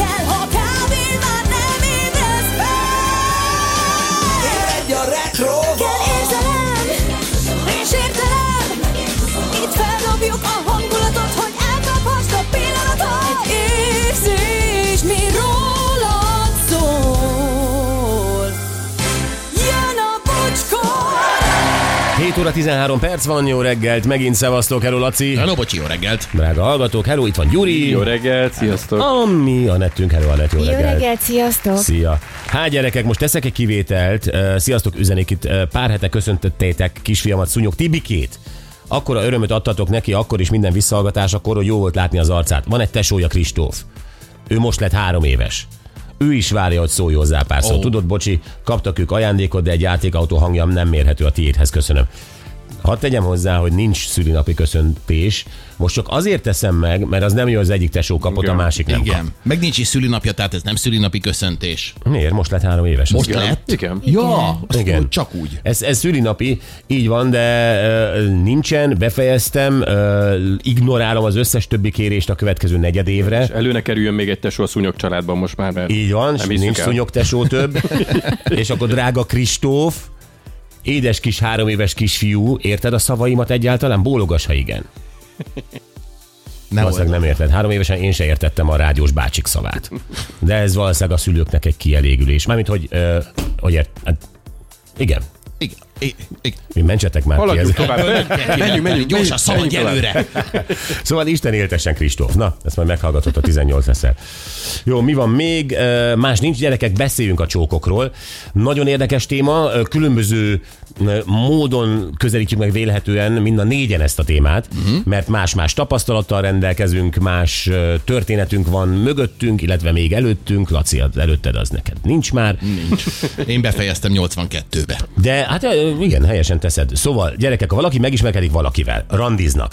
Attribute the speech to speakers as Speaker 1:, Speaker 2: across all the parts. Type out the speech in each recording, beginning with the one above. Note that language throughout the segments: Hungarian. Speaker 1: kell, ha kávé már nem ébredsz fel.
Speaker 2: Egy a retro
Speaker 1: Kell érzelem és értelem Itt feldobjuk a hangulatot, hogy elkaphast a pillanatot Egy érzés, mi rólad szól Jön a bocskor
Speaker 3: 7 óra 13 perc van, jó reggelt, megint szevasztok, hello Laci.
Speaker 4: Hello, bocsi, jó reggelt!
Speaker 3: Drága hallgatók, hello, itt van Gyuri.
Speaker 5: Jó reggelt, sziasztok!
Speaker 3: Ami a nettünk, hello Anett, jó,
Speaker 6: Jó reggelt, sziasztok!
Speaker 3: Szia! Hát gyerekek, most teszek egy kivételt. Ö, Sziasztok, üzenik itt. Ö, Pár hete köszöntöttétek kisfiamat, Szúnyog Tibikét. Akkora örömöt adtatok neki, akkor is minden visszahallgatás, akkor hogy jó volt látni az arcát. Van egy tesója, Kristóf. Ő most lett három éves. Ő is várja, hogy szólj hozzá pár szót.
Speaker 4: Ó.
Speaker 3: Tudod, bocsi, kaptak ők ajándékot, de egy játékautó hangjam nem mérhető a tiédhez, köszönöm. Hadd tegyem hozzá, hogy nincs szülinapi köszöntés. Most csak azért teszem meg, mert az nem jó, az egyik tesó kapott, a
Speaker 5: Igen.
Speaker 3: másik nem
Speaker 4: Igen. Meg nincs is szülinapja, tehát ez nem szülinapi köszöntés.
Speaker 3: kap. Miért? Most lett három éves.
Speaker 4: Most
Speaker 5: Igen.
Speaker 4: lett?
Speaker 5: Igen.
Speaker 4: Ja,
Speaker 3: Igen.
Speaker 4: Igen. csak úgy.
Speaker 3: Ez, ez szülinapi, így van, de ö, nincsen, befejeztem, ö, ignorálom az összes többi kérést a következő negyed évre.
Speaker 5: És előne kerüljön még egy tesó a szúnyog családban most már, mert
Speaker 3: Így van,
Speaker 5: nem
Speaker 3: s
Speaker 5: hiszük
Speaker 3: nincs
Speaker 5: el.
Speaker 3: szúnyog tesó több. És akkor drága Kristóf, édes kis három éves kisfiú, érted a szavaimat egyáltalán? Bólogas, ha igen.
Speaker 4: Nem
Speaker 3: valószínűleg nem érted. Három évesen én se értettem a rádiós bácsik szavát. De ez valószínűleg a szülőknek egy kielégülés. Mármint, hogy, ö, hogy ért, hát, igen,
Speaker 4: Igen. Igen. Igen.
Speaker 3: mi mentsetek már ki
Speaker 5: Haladjunk
Speaker 3: ezzel.
Speaker 5: tovább. Menjünk, menjünk,
Speaker 4: Gyorsan,
Speaker 5: menjünk
Speaker 4: szabadj előre!
Speaker 3: Szóval Isten éltessen Kristóf. Na, ezt majd meghallgatott a 18 leszel. Jó, mi van még? Ö, Más nincs, gyerekek, beszéljünk a csókokról. Nagyon érdekes téma, ö, különböző ö, módon közelítjük meg vélehetően mind a négyen ezt a témát, uh-huh. mert más-más tapasztalattal rendelkezünk, más ö, történetünk van mögöttünk, illetve még előttünk. Laci, az előtted az neked nincs már.
Speaker 4: Nincs. Én befejeztem 82-be.
Speaker 3: De hát ö, igen, helyesen teszed. Szóval, gyerekek, ha valaki megismerkedik valakivel, randiznak,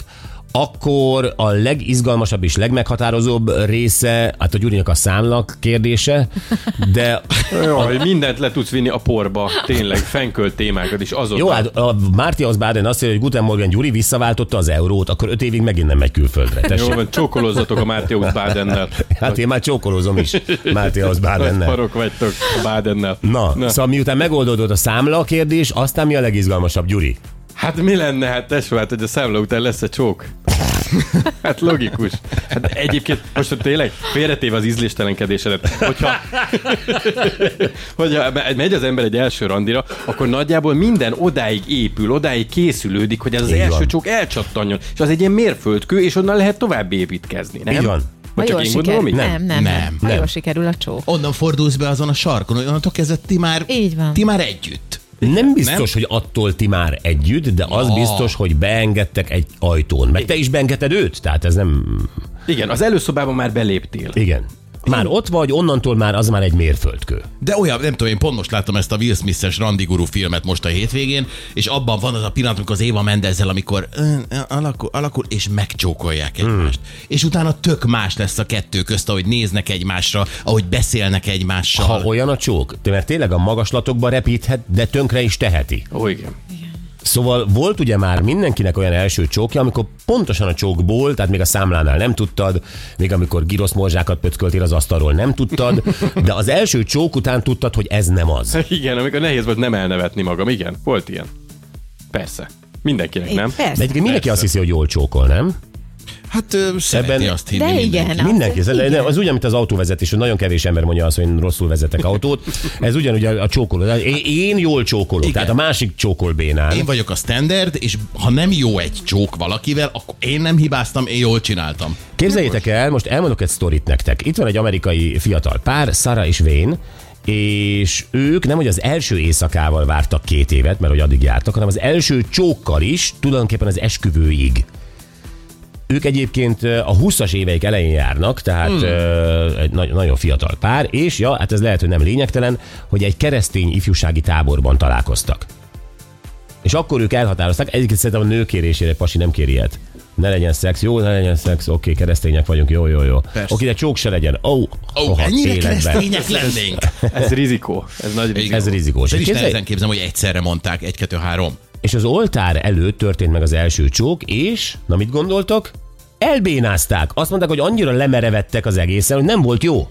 Speaker 3: akkor a legizgalmasabb és legmeghatározóbb része, hát a Gyurinak a számlak kérdése, de
Speaker 5: Jaj, mindent le tudsz vinni a porba, tényleg, fenkölt témákat is azonnal.
Speaker 3: jó, hát a Márti az Báden azt írja, hogy Guten Morgan Gyuri visszaváltotta az eurót, akkor öt évig megint nem megy külföldre.
Speaker 5: Jó
Speaker 3: Tessék.
Speaker 5: van, csókolozzatok a Máté út Bádennel.
Speaker 3: Hát én már csókolózom is Márti az Bádennel.
Speaker 5: Parok vagytok Bádennel.
Speaker 3: Na, Na, szóval miután megoldódott a számla kérdés, aztán mi a legizgalmasabb, Gyuri?
Speaker 5: Hát mi lenne, hát tesó, hát hogy a számla után lesz a csók? Hát logikus. Hát egyébként most hogy tényleg félretéve az ízléstelenkedésedet. Hogyha, hogyha me- megy az ember egy első randira, akkor nagyjából minden odáig épül, odáig készülődik, hogy ez az
Speaker 3: Így
Speaker 5: első
Speaker 3: van.
Speaker 5: csók elcsattanjon. És az egy ilyen mérföldkő, és onnan lehet tovább építkezni, nem?
Speaker 3: Így van.
Speaker 6: Ha
Speaker 5: Vagy csak
Speaker 6: jól
Speaker 5: én gondolom
Speaker 6: sikerül.
Speaker 5: így?
Speaker 6: Nem, nem,
Speaker 4: Nem,
Speaker 6: nem. Ha
Speaker 3: nem.
Speaker 6: jól sikerül a csók.
Speaker 4: Onnan fordulsz be azon a sarkon, onnantól kezdve ti már,
Speaker 6: Így van.
Speaker 4: ti már együtt.
Speaker 3: Nem biztos, nem? hogy attól ti már együtt, de az
Speaker 4: Ja.
Speaker 3: biztos, hogy beengedtek egy ajtón. Meg te is beengedted őt, tehát ez nem...
Speaker 5: Igen, az előszobában már beléptél.
Speaker 3: Igen. Már ott vagy, onnantól már az már egy mérföldkő.
Speaker 4: De olyan, nem tudom, én pont most láttam ezt a Will Smith-es randigurú filmet most a hétvégén, és abban van az a pillanat, amikor az Éva Mendezzel, amikor ö, ö, alakul, alakul, és megcsókolják
Speaker 3: Hmm.
Speaker 4: egymást. És utána tök más lesz a kettő közt, ahogy néznek egymásra, ahogy beszélnek egymással.
Speaker 3: Ha olyan a csók, de mert tényleg a magaslatokba repíthet, de tönkre is teheti.
Speaker 5: Ó, igen.
Speaker 3: Szóval volt ugye már mindenkinek olyan első csókja, amikor pontosan a csókból, tehát még a számlánál nem tudtad, még amikor girosz morzsákat pöcköltél az asztalról nem tudtad, de az első csók után tudtad, hogy ez nem az.
Speaker 5: Igen, amikor nehéz volt nem elnevetni magam. Igen, volt ilyen. Persze. Mindenkinek, nem?
Speaker 3: De
Speaker 6: Persze.
Speaker 3: egyébként mindenki azt hiszi, hogy jól csókol, nem?
Speaker 4: Hát ö, szereti
Speaker 3: Ebben-
Speaker 4: azt hinni
Speaker 6: De
Speaker 4: mindenki.
Speaker 6: igen.
Speaker 3: Na, mindenki. Ez,
Speaker 6: igen.
Speaker 3: az ugyan, mint az autóvezetés, hogy nagyon kevés ember mondja azt, hogy én rosszul vezetek autót. Ez ugyanúgy a, a csókoló. Én, én jól csókolok, Igen. tehát a másik csókol bénán.
Speaker 4: Én vagyok a standard, és ha nem jó egy csók valakivel, akkor én nem hibáztam, én jól csináltam.
Speaker 3: Képzeljétek el, most elmondok egy sztorit nektek. Itt van egy amerikai fiatal pár, Sara és Vén, és ők nem, hogy az első éjszakával vártak két évet, mert hogy addig jártak, hanem az első csókkal is, tulajdonképpen az esküvőig. Ők egyébként ö, a 20-as éveik elején járnak, tehát hmm. egy nagy- nagyon fiatal pár, és ja, hát ez lehet, hogy nem lényegtelen, hogy egy keresztény ifjúsági táborban találkoztak. És akkor ők elhatározták, egyébként szerintem a nő kérésére Pasi nem kér ilyet. Ne legyen szex, jó, ne legyen szex, oké, keresztények vagyunk, jó, jó, jó.
Speaker 4: Persze.
Speaker 3: Oké, de csók se legyen. Ó, oh,
Speaker 4: Ó, oh, ennyire keresztények lennénk.
Speaker 5: Ez rizikó. Ez nagy rizikó.
Speaker 3: Ez rizikós.
Speaker 4: Én is
Speaker 3: Képzelj-
Speaker 4: nehezen képzem, hogy egyszerre mondták, egy, kettő, három.
Speaker 3: És az oltár előtt történt meg az első csók, és, na mit gondoltok? Elbénázták. Azt mondták, hogy annyira lemerevettek az egészen, hogy nem volt jó.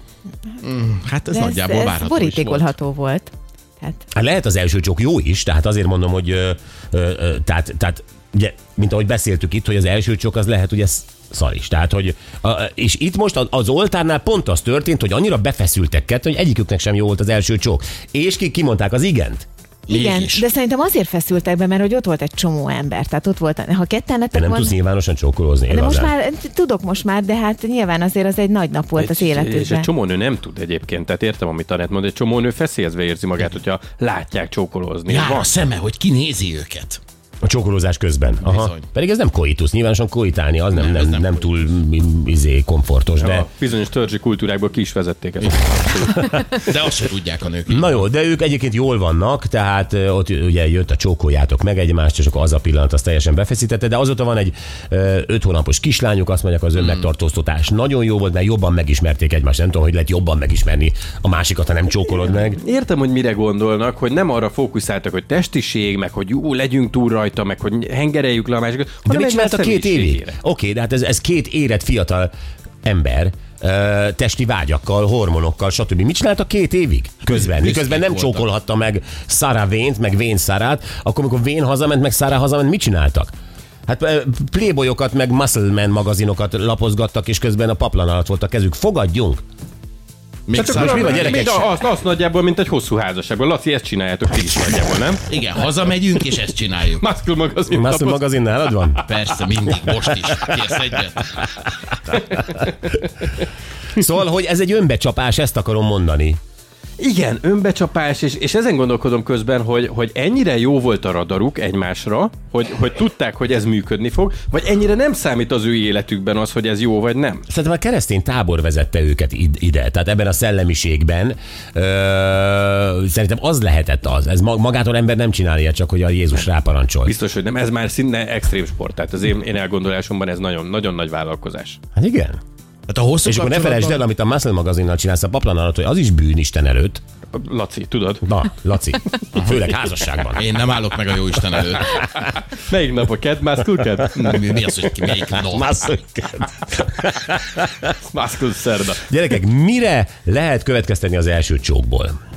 Speaker 4: Hát ez
Speaker 6: De
Speaker 4: Hát nagyjából
Speaker 6: ez, ez
Speaker 4: várható is volt.
Speaker 6: borítékolható volt. Tehát
Speaker 3: Hát Lehet az első csók jó is, tehát azért mondom, hogy ö, ö, ö, tehát, tehát ugye, mint ahogy beszéltük itt, hogy az első csók az lehet, hogy ez szar is. Tehát, hogy, a, és itt most az- az oltárnál pont az történt, hogy annyira befeszültek ketten, hogy egyiküknek sem jó volt az első csók. És ki kimondták az igent.
Speaker 6: igen,
Speaker 4: Mégis.
Speaker 6: de szerintem azért feszültek be, mert hogy ott volt egy csomó ember. Tehát ott volt, ha ketten
Speaker 3: Te
Speaker 6: lettek
Speaker 3: nem
Speaker 6: volna-
Speaker 3: tudsz nyilvánosan csókolózni.
Speaker 6: de most
Speaker 3: igazán.
Speaker 6: már tudok most már, de hát nyilván azért az egy nagy nap volt
Speaker 5: És
Speaker 6: az
Speaker 5: egy
Speaker 6: életükben.
Speaker 5: csomó nő nem tud egyébként, tehát értem, amit Anett mond, egy csomó nő feszélyezve érzi magát, hogyha látják csókolózni.
Speaker 4: Jár a
Speaker 5: Van.
Speaker 4: szeme, hogy ki nézi őket.
Speaker 3: A csókolózás közben. Aha.
Speaker 4: Bizony.
Speaker 3: Pedig ez nem koitus, nyilvánosan koitálni, az nem, nem, nem,
Speaker 4: ez
Speaker 3: nem,
Speaker 4: nem
Speaker 3: túl mm, izé, komfortos, de...
Speaker 5: A bizonyos törzsi kultúrákból ki is vezették ezt.
Speaker 4: De azt se tudják a nők.
Speaker 3: Na jó, de ők egyébként jól vannak, tehát ö, ott ugye jött a csókoljátok meg egymást, és akkor az a pillanat az teljesen befeszítette, de azóta van egy ö, öt hónapos kislányuk, azt mondják az önmegtartóztatás nagyon jó volt, mert jobban megismerték egymást, nem tudom, hogy lehet jobban megismerni a másikat, ha nem csókolod meg.
Speaker 5: Értem, hogy mire gondolnak, hogy nem arra fókuszáltak, hogy testiség, meg hogy jó, legyünk túl rajta, meg hogy hengereljük le a másikat.
Speaker 3: De
Speaker 5: hanem
Speaker 3: mit csinált a
Speaker 5: egymás
Speaker 3: két évig?
Speaker 5: személyiségére.
Speaker 3: Oké, de hát ez, ez két érett fiatal ember, ö, testi vágyakkal, hormonokkal, stb. Mit csinált a két évig? Közben.
Speaker 4: Büszkék
Speaker 3: Miközben nem
Speaker 4: voltak.
Speaker 3: csókolhatta meg Szára Vént, meg Vén Szárát, akkor amikor Vén hazament, meg Szára hazament, mit csináltak? Hát ö, playboyokat, meg muscleman magazinokat lapozgattak, és közben a paplan alatt volt a kezük. Fogadjunk!
Speaker 4: Még
Speaker 5: Hát Csak akkor
Speaker 4: száz-
Speaker 3: mi
Speaker 5: mi
Speaker 3: van,
Speaker 5: vagy
Speaker 3: gyerekek?
Speaker 5: gyerekek? Azt, azt nagyjából, mint egy hosszú házasságban. Laci, ezt csináljátok ti is nagyjából, nem?
Speaker 4: Igen, hazamegyünk, és ezt csináljuk.
Speaker 5: Maszkul magazin
Speaker 3: Muscle
Speaker 5: tapaszt-
Speaker 3: magazin nálad van?
Speaker 4: Persze, mindig, most is. Kérsz egyet?
Speaker 3: Szóval, hogy ez egy önbecsapás, ezt akarom mondani.
Speaker 5: Igen, önbecsapás, és, és ezen gondolkodom közben, hogy, hogy ennyire jó volt a radaruk egymásra, hogy, hogy tudták, hogy ez működni fog, vagy ennyire nem számít az ő életükben az, hogy ez jó vagy nem.
Speaker 3: Szerintem a keresztény tábor vezette őket id- ide, tehát ebben a szellemiségben ö, szerintem az lehetett az. Ez ma- magától ember nem csinálja, csak hogy a Jézus ráparancsol.
Speaker 5: Biztos, hogy nem, ez már szinte extrém sport, tehát az én, én elgondolásomban ez nagyon, nagyon nagy vállalkozás.
Speaker 3: Hát igen.
Speaker 4: Hát a hosszú
Speaker 3: És akkor ne
Speaker 4: kapcsolatban-
Speaker 3: felejtsd el, amit a Muscle magazinnal csinálsz a paplan alatt, hogy az is bűn Isten előtt.
Speaker 5: Laci, tudod?
Speaker 3: Na, Laci, főleg házasságban.
Speaker 4: Én nem állok meg a jó Isten előtt.
Speaker 5: Melyik nap a ked, Mászkul ked?
Speaker 4: Mi, mi az, hogy ki, melyik nap?
Speaker 5: Mászkul szerda.
Speaker 3: Gyerekek, mire lehet következtetni az első csókból?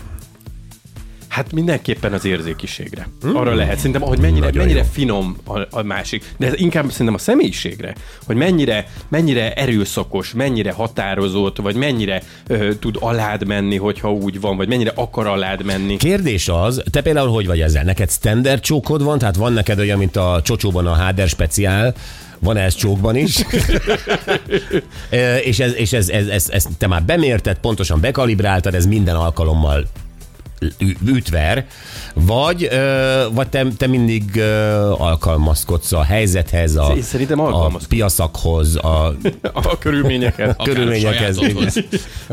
Speaker 5: Hát mindenképpen az érzékiségre. Arra lehet, szerintem, hogy mennyire,
Speaker 3: Hmm. nagyon
Speaker 5: mennyire
Speaker 3: jó.
Speaker 5: finom a, a másik, de ez inkább szerintem a személyiségre, hogy mennyire, mennyire erőszakos, mennyire határozott, vagy mennyire ö, tud alád menni, hogyha úgy van, vagy mennyire akar alád menni.
Speaker 3: Kérdés az, te például hogy vagy ezzel? Neked standard csókod van, tehát van neked olyan, mint a csocsóban a háder speciál, van ez csókban is, Ö, és, ez, és ez, ez, ez, ez, te már bemérted, pontosan bekalibráltad, ez minden alkalommal ü- ütver, vagy, ö, vagy te, te mindig ö, alkalmazkodsz a helyzethez, a,
Speaker 5: Én szerintem
Speaker 3: a
Speaker 5: alkalmazkodom.
Speaker 3: piaszakhoz, a
Speaker 5: A körülményeket.
Speaker 4: Akár a
Speaker 3: körülményekhez.
Speaker 4: sajátodhoz.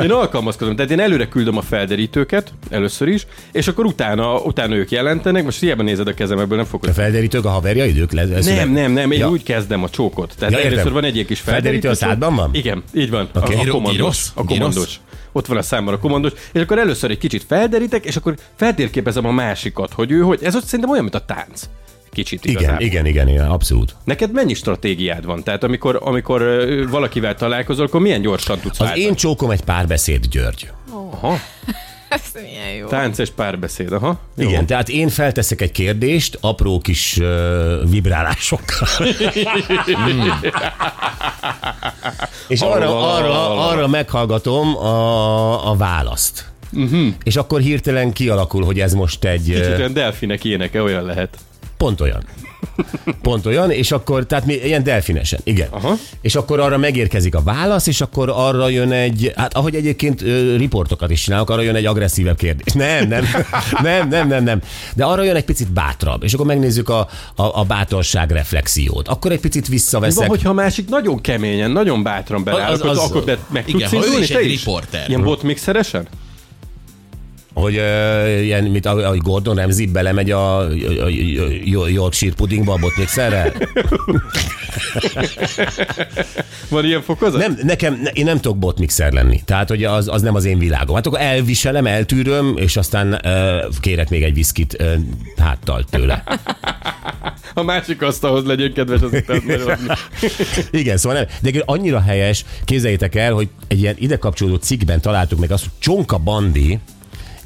Speaker 5: Én alkalmazkodom, tehát én előre küldöm a felderítőket, először is, és akkor utána, utána ők jelentenek, most hiába nézed a kezem, ebből nem fogod
Speaker 3: a felderítők, a haverjaid, ők le,
Speaker 5: Nem, nem, nem, én
Speaker 3: Ja.
Speaker 5: ja. úgy kezdem a csókot. Tehát
Speaker 3: Ja,
Speaker 5: ja,
Speaker 3: értem.
Speaker 5: először van egy ilyen kis
Speaker 3: Felderítő
Speaker 5: felderítő.
Speaker 3: a szádban van?
Speaker 5: Igen, így van.
Speaker 3: Oké.
Speaker 5: A, a
Speaker 4: Gyro-
Speaker 5: komandos.
Speaker 4: gyrosz?
Speaker 5: A komandos.
Speaker 4: Gyrosz?
Speaker 5: Ott van a számban a komandos, és akkor először egy kicsit felderítek, és akkor feltérképezem a másikat, hogy ő hogy. Ez ott szerintem olyan, mint a tánc. Kicsit
Speaker 3: Igen,
Speaker 5: igazából.
Speaker 3: igen, igen, igen, abszolút.
Speaker 5: Neked mennyi stratégiád van? Tehát amikor, amikor ö, valakivel találkozol, akkor milyen gyorsan tudsz
Speaker 3: Az
Speaker 5: váltani?
Speaker 3: én csókom egy párbeszéd, György.
Speaker 5: Aha,
Speaker 6: Ez milyen jó.
Speaker 5: tánc és párbeszéd, aha. Jó.
Speaker 3: Igen, tehát én felteszek egy kérdést apró kis uh, vibrálásokkal. Mm. És arra, arra, arra meghallgatom a, a választ. Uh-huh. És akkor hirtelen kialakul, hogy ez most egy... ö,
Speaker 5: Mhm. Kicsit olyan delfinek éneke, olyan lehet.
Speaker 3: Pont olyan. Pont olyan, és akkor, tehát mi ilyen delfinesen, igen.
Speaker 5: Aha.
Speaker 3: És akkor arra megérkezik a válasz, és akkor arra jön egy, hát ahogy egyébként ö, riportokat is csinálok, arra jön egy agresszívebb kérdés. Nem, nem, nem, nem, nem, nem. De arra jön egy picit bátrabb, és akkor megnézzük a, a, a bátorság reflexiót. Akkor egy picit
Speaker 5: Mi van,
Speaker 3: visszaveszek.
Speaker 5: hogyha a másik nagyon keményen, nagyon bátran beláll,
Speaker 3: Az-
Speaker 5: akkor,
Speaker 3: az-
Speaker 5: akkor be, meg tudsz
Speaker 4: Igen, ha ő
Speaker 3: Hm.
Speaker 5: indulni,
Speaker 4: is
Speaker 5: te
Speaker 4: egy riporter.
Speaker 5: Ilyen botmixeresen?
Speaker 3: hogy ö, ilyen, mint ahogy ahogy Gordon Ramsay belemegy a, a, a, a Yorkshire pudingba a botmixerrel.
Speaker 5: Van ilyen fokozat?
Speaker 3: Nem, nekem, ne, én nem tudok botmixer lenni. Tehát, hogy az, az nem az én világom. Hát akkor elviselem, eltűröm, és aztán ö, kérek még egy viszkit ö, háttal tőle.
Speaker 5: A másik asztalhoz legyen kedves az utána.
Speaker 3: Igen, szóval nem. De egyébként annyira helyes, képzeljétek el, hogy egy ilyen ide kapcsolódó cikkben találtuk meg azt, hogy Csonka Bandi,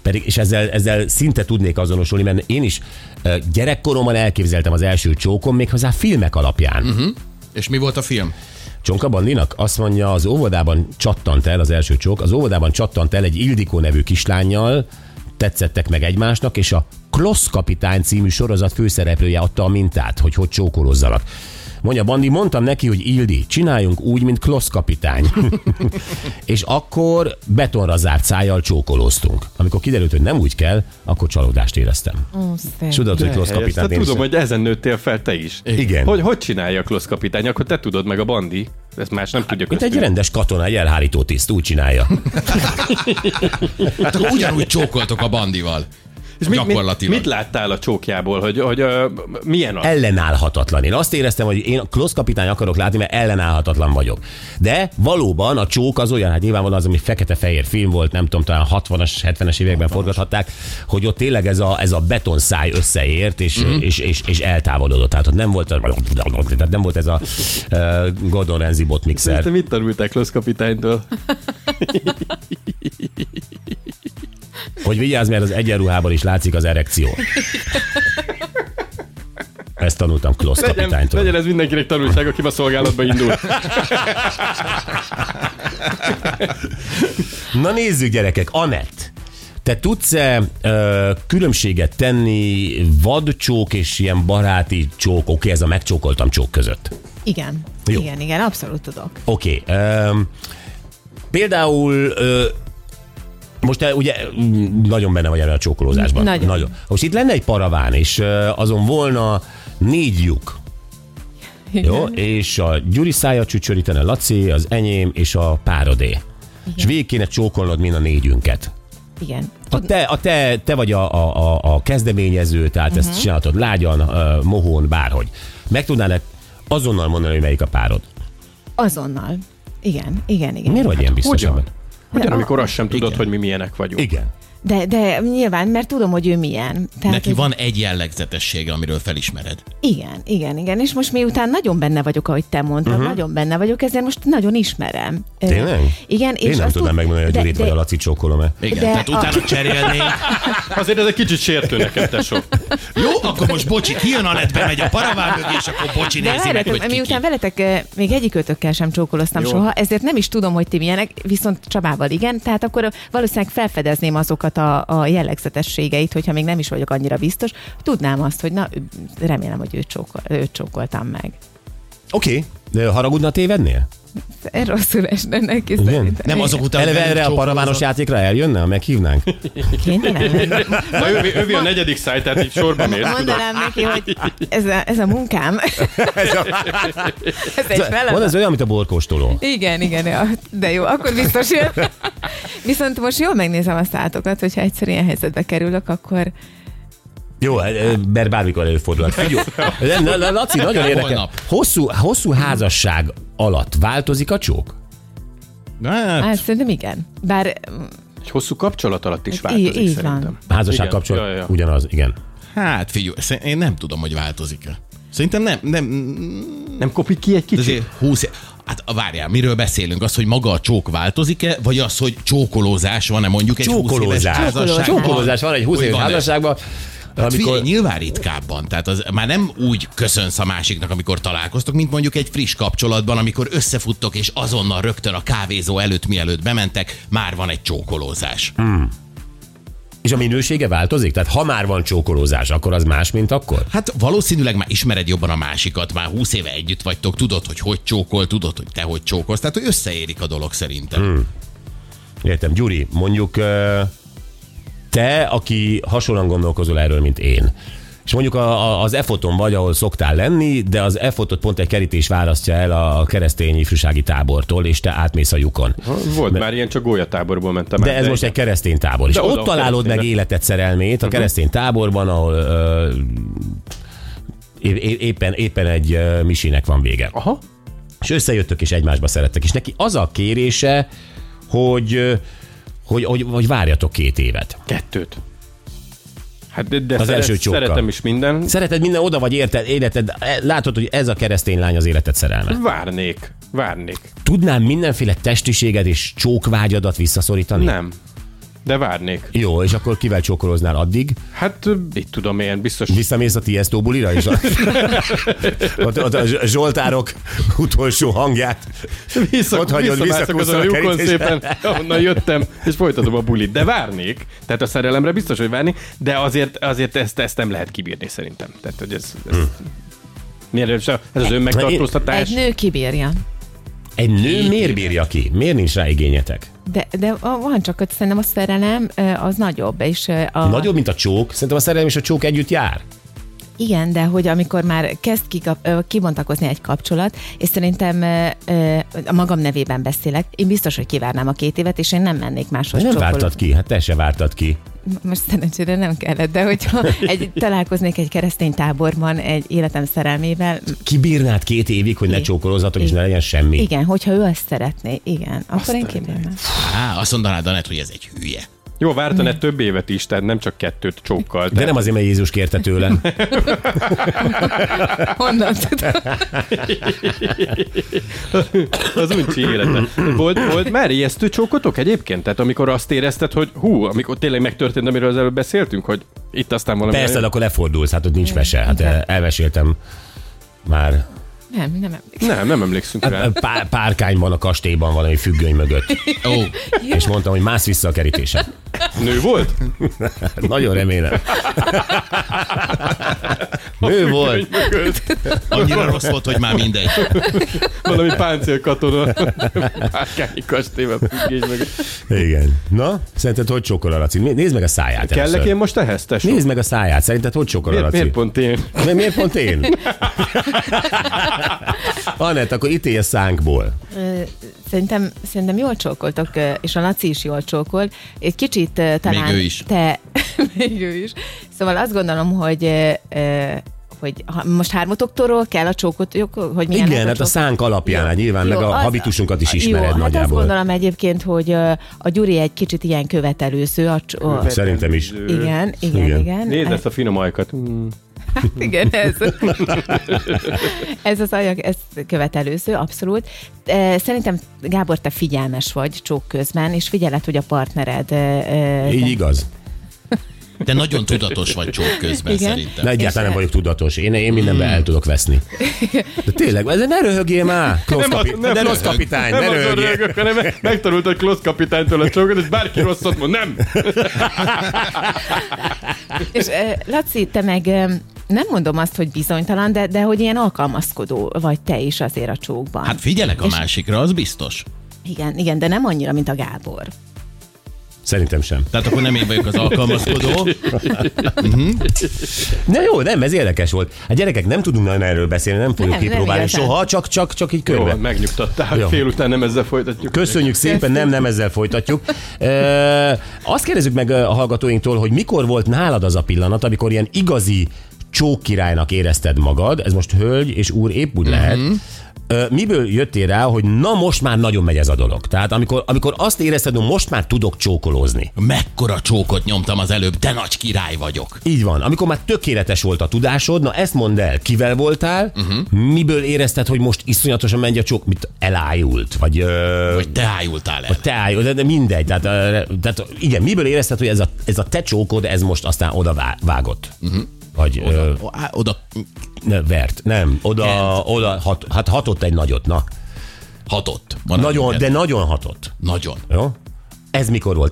Speaker 3: pedig, és ezzel, ezzel szinte tudnék azonosulni, mert én is ö, gyerekkoromban elképzeltem az első csókom, méghozzá filmek alapján. Uh-huh.
Speaker 4: És mi volt a film?
Speaker 3: Csonka Bandinak azt mondja, az óvodában csattant el az első csók, az óvodában csattant el egy Ildikó nevű kislányjal, tetszettek meg egymásnak, és a Klossz kapitány című sorozat főszereplője adta a mintát, hogy hogy csókolozzanak. Mondja Bandi, mondtam neki, hogy Ildi, csináljunk úgy, mint Klossz kapitány. és akkor betonra zárt szájjal csókolóztunk. Amikor kiderült, hogy nem úgy kell, akkor csalódást éreztem.
Speaker 6: Ó, szép.
Speaker 3: És tudod, hogy Klossz
Speaker 5: Helyes,
Speaker 3: kapitány
Speaker 5: tehát tudom, hogy ezen nőttél fel te is.
Speaker 3: Igen.
Speaker 5: Hogy, hogy csinálja a Klossz kapitány? Akkor te tudod meg a bandi. Ezt más nem tudja
Speaker 3: Hát, Mint egy
Speaker 5: köztünk.
Speaker 3: rendes katona, egy elhárító tiszt, úgy csinálja.
Speaker 4: Hát akkor ugyanúgy csókoltok a bandival. És
Speaker 5: Mit-
Speaker 4: gyakorlatilag.
Speaker 5: Mit, mit láttál a csókjából, hogy, hogy uh, milyen az?
Speaker 3: ellenállhatatlan. Én azt éreztem, hogy én Klossz kapitány akarok látni, mert ellenállhatatlan vagyok. De valóban a csók az olyan, hát nyilvánvalóan az, ami fekete-fehér film volt, nem tudom, talán 60-as, 70-es években forgathatták, hogy ott tényleg ez a, ez a betonszáj összeért, és, mm-hmm. és, és, és, eltávolodott. Tehát ott nem volt, a, tehát nem volt ez a uh, Gordon Ramsay botmixer.
Speaker 5: Te mit tanultál Klossz kapitánytól?
Speaker 3: Hát, Hogy vigyázz, mert az egyenruhában is látszik az erekció. Ezt tanultam Klossz
Speaker 5: Legyen,
Speaker 3: kapitánytól.
Speaker 5: legyen ez mindenkinek tanulság, aki ma szolgálatba indul.
Speaker 3: Na nézzük gyerekek, Anett, te tudsz-e ö, különbséget tenni vadcsók és ilyen baráti csók, oké, okay, ez a megcsókoltam csók között?
Speaker 6: Igen.
Speaker 3: Jó.
Speaker 6: Igen, igen, abszolút tudok.
Speaker 3: Oké. Okay, például ö, most te ugye mm, nagyon benne vagy ebben a csókolózásban.
Speaker 6: Nagyon.
Speaker 3: nagyon. Most itt lenne egy paraván, és ö, azon volna négy lyuk. Jó, és a Gyuri szája csücsörítene, Laci, az enyém és a párodé. És végig kéne csókolnod mind a négyünket.
Speaker 6: Igen.
Speaker 3: A te, a te, te vagy a, a, a, a kezdeményező, tehát uh-huh.
Speaker 6: Mhm.
Speaker 3: ezt csinálhatod lágyan, ö, mohón, bárhogy. Meg tudnál azonnal mondani, hogy melyik a párod?
Speaker 6: Azonnal. Igen, igen, igen.
Speaker 3: Miért vagy ilyen biztos
Speaker 5: Hát hogyan?
Speaker 3: ebben?
Speaker 5: Ugyan,
Speaker 6: De-
Speaker 5: amikor azt sem tudod,
Speaker 4: Igen.
Speaker 5: hogy mi milyenek vagyunk.
Speaker 3: Igen.
Speaker 6: De, de nyilván, mert tudom, hogy ő milyen. Tehát,
Speaker 4: Neki
Speaker 6: hogy-
Speaker 4: van egy jellegzetessége, amiről felismered.
Speaker 6: Igen, igen, igen. És most miután nagyon benne vagyok, ahogy te mondtad, uh-huh. nagyon benne vagyok, ezért most nagyon ismerem. Ö,
Speaker 3: Mhm. Tényleg?
Speaker 6: Igen,
Speaker 3: Én nem
Speaker 6: azt
Speaker 3: tudnám megmondani, hogy
Speaker 6: de-
Speaker 3: a Gyurit
Speaker 6: de-
Speaker 3: vagy a Laci csókolom-e.
Speaker 4: Igen,
Speaker 6: De
Speaker 4: De tehát
Speaker 6: a-
Speaker 4: utána cserélnénk.
Speaker 5: Azért ez egy kicsit sértő nekem, tesó.
Speaker 4: Jó, akkor most bocsi, kijön a netbe, megy a paraván mögé, és akkor bocsi,
Speaker 6: De
Speaker 4: nézzék meg,
Speaker 6: várjátok,
Speaker 4: hogy ki, ki.
Speaker 6: miután veletek ö, még egyikőtökkel sem csókoloztam Jó. soha, ezért nem is tudom, hogy ti milyenek, viszont Csabával igen, tehát akkor valószínűleg felfedezném azokat a, a jellegzetességeit, hogyha még nem is vagyok annyira biztos, tudnám azt, hogy na, ő- remélem, hogy őt, csókol, őt csókoltam meg.
Speaker 3: Oké. De haragudna tévednél?
Speaker 6: Ez Rosszul esne neki szerintem.
Speaker 4: Nem azok után,
Speaker 3: Eleve
Speaker 4: hogy
Speaker 3: erre a
Speaker 4: csókolózol.
Speaker 3: paravános játékra eljönne, ha meghívnánk?
Speaker 6: Kénytelen?
Speaker 5: Na, ővé, ővé a negyedik száj, tehát így sorba mész, tudod.
Speaker 6: Mondanám neki, hogy ez a, ez a munkám. ez egy
Speaker 3: Van
Speaker 6: feladat.
Speaker 3: ez olyan, mint a borkóstoló.
Speaker 6: Igen, igen, ja. de jó, akkor biztos jön. Viszont most jól megnézem a szátokat, hogyha egyszer ilyen helyzetbe kerülök, akkor
Speaker 3: Jó, e, mert bármikor előfordulhat. Figyelj, nem, na, na, Laci, nagyon érdekel.
Speaker 4: Holnap.
Speaker 3: Hosszú, hosszú házasság alatt változik a csók?
Speaker 4: Hát,
Speaker 6: hát szerintem igen. Bár
Speaker 5: Egy hosszú kapcsolat alatt is
Speaker 6: Így-
Speaker 5: változik
Speaker 6: így van.
Speaker 5: szerintem.
Speaker 3: Házasság
Speaker 5: Igen,
Speaker 3: kapcsolat
Speaker 5: ja, ja, ja.
Speaker 3: ugyanaz, igen.
Speaker 4: hát figyelj, szer- én nem tudom, hogy változik-e. Szerintem nem, nem,
Speaker 5: Nem kopik ki egy
Speaker 4: De
Speaker 5: kicsit?
Speaker 4: azért 20 év- Hát várjál, miről beszélünk? Az, hogy maga a csók változik-e, vagy az, hogy csókolózás van-e mondjuk egy 20 éves
Speaker 3: Csókolózás.
Speaker 4: házasságban?
Speaker 3: Csókolózás van Hát egy 20
Speaker 4: Hogy
Speaker 3: éves
Speaker 4: van-e?
Speaker 3: házasságban,
Speaker 4: Amikor...
Speaker 3: amikor...
Speaker 4: Figyelj, nyilván ritkábban, tehát az már nem úgy köszönsz a másiknak, amikor találkoztok, mint mondjuk egy friss kapcsolatban, amikor összefuttok, és azonnal rögtön a kávézó előtt, mielőtt bementek, már van egy csókolózás.
Speaker 3: És a minősége változik? Tehát ha már van csókolózás, akkor az más, mint akkor?
Speaker 4: Hát valószínűleg már ismered jobban a másikat, már 20 éve együtt vagytok, tudod, hogy hogy csókol, tudod, hogy te hogy csókolsz, tehát hogy összeérik a dolog szerintem. Hmm.
Speaker 3: Értem, Gyuri, mondjuk ö, te, aki hasonlóan gondolkozol erről, mint én, És mondjuk a, a, az efoton vagy, ahol szoktál lenni, de az efotot pont egy kerítés választja el a keresztény ifjúsági tábortól, és te átmész a lyukon.
Speaker 5: Volt már ilyen, csak golyatáborból mentem
Speaker 3: De
Speaker 5: át,
Speaker 3: ez most egy keresztény tábor. És
Speaker 5: De oda
Speaker 3: ott
Speaker 5: a
Speaker 3: találod meg
Speaker 5: keresztényre. Mhm.
Speaker 3: életed szerelmét a keresztény táborban, ahol ö, é- é- éppen, éppen egy ö, misinek van vége.
Speaker 5: Aha.
Speaker 3: És összejöttök, és egymásba szerettek. És neki az a kérése, hogy, ö, hogy, hogy, hogy várjatok két évet.
Speaker 5: Kettőt. Hát de, de
Speaker 3: Az
Speaker 5: szeret,
Speaker 3: első csókkal.
Speaker 5: szeretem is minden.
Speaker 3: Szereted minden oda vagy érted, életed, e, látod, hogy ez a keresztény lány az életed szerelme.
Speaker 5: Várnék. Várnék.
Speaker 3: Tudnám mindenféle testiséged és csókvágyadat visszaszorítani?
Speaker 5: Nem. De várnék.
Speaker 3: Jó, és akkor kivel csókoloznál addig?
Speaker 5: Hát, ö, mit tudom én, biztos...
Speaker 3: Visszamész a Tiesto bulira is? A, ott, ott a Zsoltárok utolsó hangját.
Speaker 5: Vissza,
Speaker 3: Ott hagyod,
Speaker 5: visszamászok azon
Speaker 3: visszakusszol
Speaker 5: a
Speaker 3: a
Speaker 5: lyukon
Speaker 3: kerítésen.
Speaker 5: szépen, ahonnan jöttem, és folytatom a bulit. De várnék, tehát a szerelemre biztos, hogy várnék, de azért, azért ezt, ezt nem lehet kibírni szerintem. Tehát, hogy ez...
Speaker 3: Hm.
Speaker 5: ez Mielőbb se, ez az önmegtartóztatás.
Speaker 6: Egy nő kibírja.
Speaker 3: Egy nő miért bírja ki? Miért nincs rá igényetek?
Speaker 6: De, de a- van csak, hogy szerintem a szerelem ö, az nagyobb, és ö, a...
Speaker 3: Nagyobb, mint a csók. Szerintem a szerelem és a csók együtt jár.
Speaker 6: Igen, de hogy amikor már kezd kikap, ö, kibontakozni egy kapcsolat, és szerintem ö, ö, a magam nevében beszélek, én biztos, hogy kivárnám a két évet, és én nem mennék máshoz
Speaker 3: De nem
Speaker 6: csókolni.
Speaker 3: vártad ki, hát te se vártad ki.
Speaker 6: Most szerencsére nem kellett, de hogyha egy, találkoznék egy keresztény táborban egy életem szerelmével,
Speaker 3: Kibírnád két évig, hogy ne
Speaker 6: Igen.
Speaker 3: csókolozzatok, és ne legyen semmi.
Speaker 6: igen, hogyha ő azt szeretné, igen, akkor én kibírnám.
Speaker 4: Á, azt mondanád, Anett, hogy ez egy hülye.
Speaker 5: Jó,
Speaker 6: Hm.
Speaker 5: vártad több évet is, tehát nem csak kettőt csókkal.
Speaker 3: De nem azért, mert Jézus kérte tőlem.
Speaker 6: Honnan tudom?
Speaker 5: Az uncsi élete. Volt, volt már ijesztő csókotok egyébként? Tehát amikor azt érezted, hogy hú, amikor tényleg megtörtént, amiről az előbb beszéltünk, hogy itt aztán valami...
Speaker 3: Persze, de akkor lefordulsz, hát ott nincs mese. Hát
Speaker 6: Igen.
Speaker 3: eh, elmeséltem már
Speaker 6: Nem, nem emlékszem.
Speaker 5: Nem, nem emlékszünk
Speaker 3: Hát,
Speaker 5: rá.
Speaker 3: Pá- párkány van a kastélyban valami függöny mögött.
Speaker 4: Ó, oh,
Speaker 3: És mondtam, hogy mász vissza a kerítésen.
Speaker 5: Nő volt?
Speaker 3: Nagyon remélem. Nő volt.
Speaker 6: Hát,
Speaker 4: annyira rossz volt, hogy már mindegy.
Speaker 5: Valami páncélkatona. Párkányi kastélyben függés meg.
Speaker 3: Igen. Na, szerinted hogy csokol a Laci? Né- Nézd meg a száját
Speaker 5: Kellek én
Speaker 3: először.
Speaker 5: most ehhez, tesó?
Speaker 3: Nézd meg a száját, szerinted hogy csokol a
Speaker 5: Miért,
Speaker 3: Laci?
Speaker 5: miért pont én?
Speaker 3: Mi- Miért pont én? Anett, akkor ítélj a szánkból.
Speaker 6: Ö, Szerintem, szerintem jól csókoltok, ö, és a Laci is jól csókol. Egy kicsit ö, talán...
Speaker 4: ő is.
Speaker 6: Te, még ő is. Szóval azt gondolom, hogy ö, ö, hogy ha, most hármatoktól kell a csókot, jó, hogy milyen
Speaker 3: Igen, hát a
Speaker 6: csók?
Speaker 3: szánk alapján, hát nyilván,
Speaker 6: Jó,
Speaker 3: meg a
Speaker 6: az-
Speaker 3: habitusunkat is ismered
Speaker 6: jó, Hát azt
Speaker 3: nagyjából.
Speaker 6: gondolom egyébként, hogy ö, a Gyuri egy kicsit ilyen követelőző. A, cs- a,
Speaker 3: Szerintem is.
Speaker 6: igen, igen,
Speaker 3: Igen.
Speaker 6: igen. igen.
Speaker 5: Nézd ezt a finom ajkat. Mm.
Speaker 6: Igen, ez, ez az anyag, ez követelőző, abszolút. Eh, Szerintem, Gábor, te figyelmes vagy csók közben, és figyeled, hogy a partnered... eh, eh,
Speaker 3: Így igaz.
Speaker 4: Te nagyon tudatos vagy csók közben
Speaker 6: Igen.
Speaker 4: Igen. szerintem.
Speaker 3: De egyáltalán nem
Speaker 6: És- hát-
Speaker 3: vagyok tudatos. Én, én mindenben el tudok veszni. De tényleg, ez ne röhögjél már! Rossz kapi,
Speaker 5: az- nem
Speaker 3: de rossz
Speaker 5: röhög.
Speaker 3: kapitány, ne
Speaker 5: Nem azon
Speaker 3: röhögjél!
Speaker 5: rögök, hanem megtanult, hogy Klossz kapitánytól a csókot, és bárki rosszat mond. Nem!
Speaker 6: És eh, Laci, te meg eh, nem mondom azt, hogy bizonytalan, de, de hogy ilyen alkalmazkodó vagy te is azért a csókban.
Speaker 4: Hát figyelek a másikra, az biztos.
Speaker 6: igen, igen, de nem annyira, mint a Gábor.
Speaker 3: Szerintem sem.
Speaker 4: Tehát akkor nem én vagyok az alkalmazkodó.
Speaker 3: Na jó, nem, ez érdekes volt. A gyerekek, nem tudunk nagyon erről beszélni, nem fogjuk
Speaker 6: Nem, nem
Speaker 3: kipróbálni
Speaker 6: igazán.
Speaker 3: soha, csak, csak, csak így
Speaker 5: Jó,
Speaker 3: körbe.
Speaker 5: megnyugtattál,
Speaker 3: Jó.
Speaker 5: hogy félután nem ezzel folytatjuk.
Speaker 3: Köszönjük szépen, nem, nem ezzel folytatjuk. Ö, azt kérdezzük meg ö, a hallgatóinktól, hogy mikor volt nálad az a pillanat, amikor ilyen igazi csók királynak érezted magad, ez most hölgy és úr épp úgy lehet, Ö, Miből jöttél rá, hogy na most már nagyon megy ez a dolog? Tehát amikor, amikor azt érezted, hogy most már tudok csókolózni.
Speaker 4: Mekkora csókot nyomtam az előbb, de nagy király vagyok.
Speaker 3: Így van. Amikor már tökéletes volt a tudásod, na ezt mondd el, kivel voltál, uh-huh. miből érezted, hogy most iszonyatosan megy a csók, mit elájult, vagy... Ö,
Speaker 4: Hogy te ájultál el.
Speaker 3: A te állj, de, de mindegy. Tehát, ö, tehát igen, miből érezted, hogy ez a, ez a te csókod, ez most aztán oda vá- vágott? Uh-huh. Vagy oda. Ö,
Speaker 4: Ó, á, Oda
Speaker 3: ne, vert, nem, oda,
Speaker 4: Kent.
Speaker 3: oda hat, hát hatott egy nagyot, na.
Speaker 4: hatott. Van
Speaker 3: Nagyon,
Speaker 4: neked.
Speaker 3: de nagyon hatott.
Speaker 4: Nagyon.
Speaker 3: Jó? Ez mikor volt?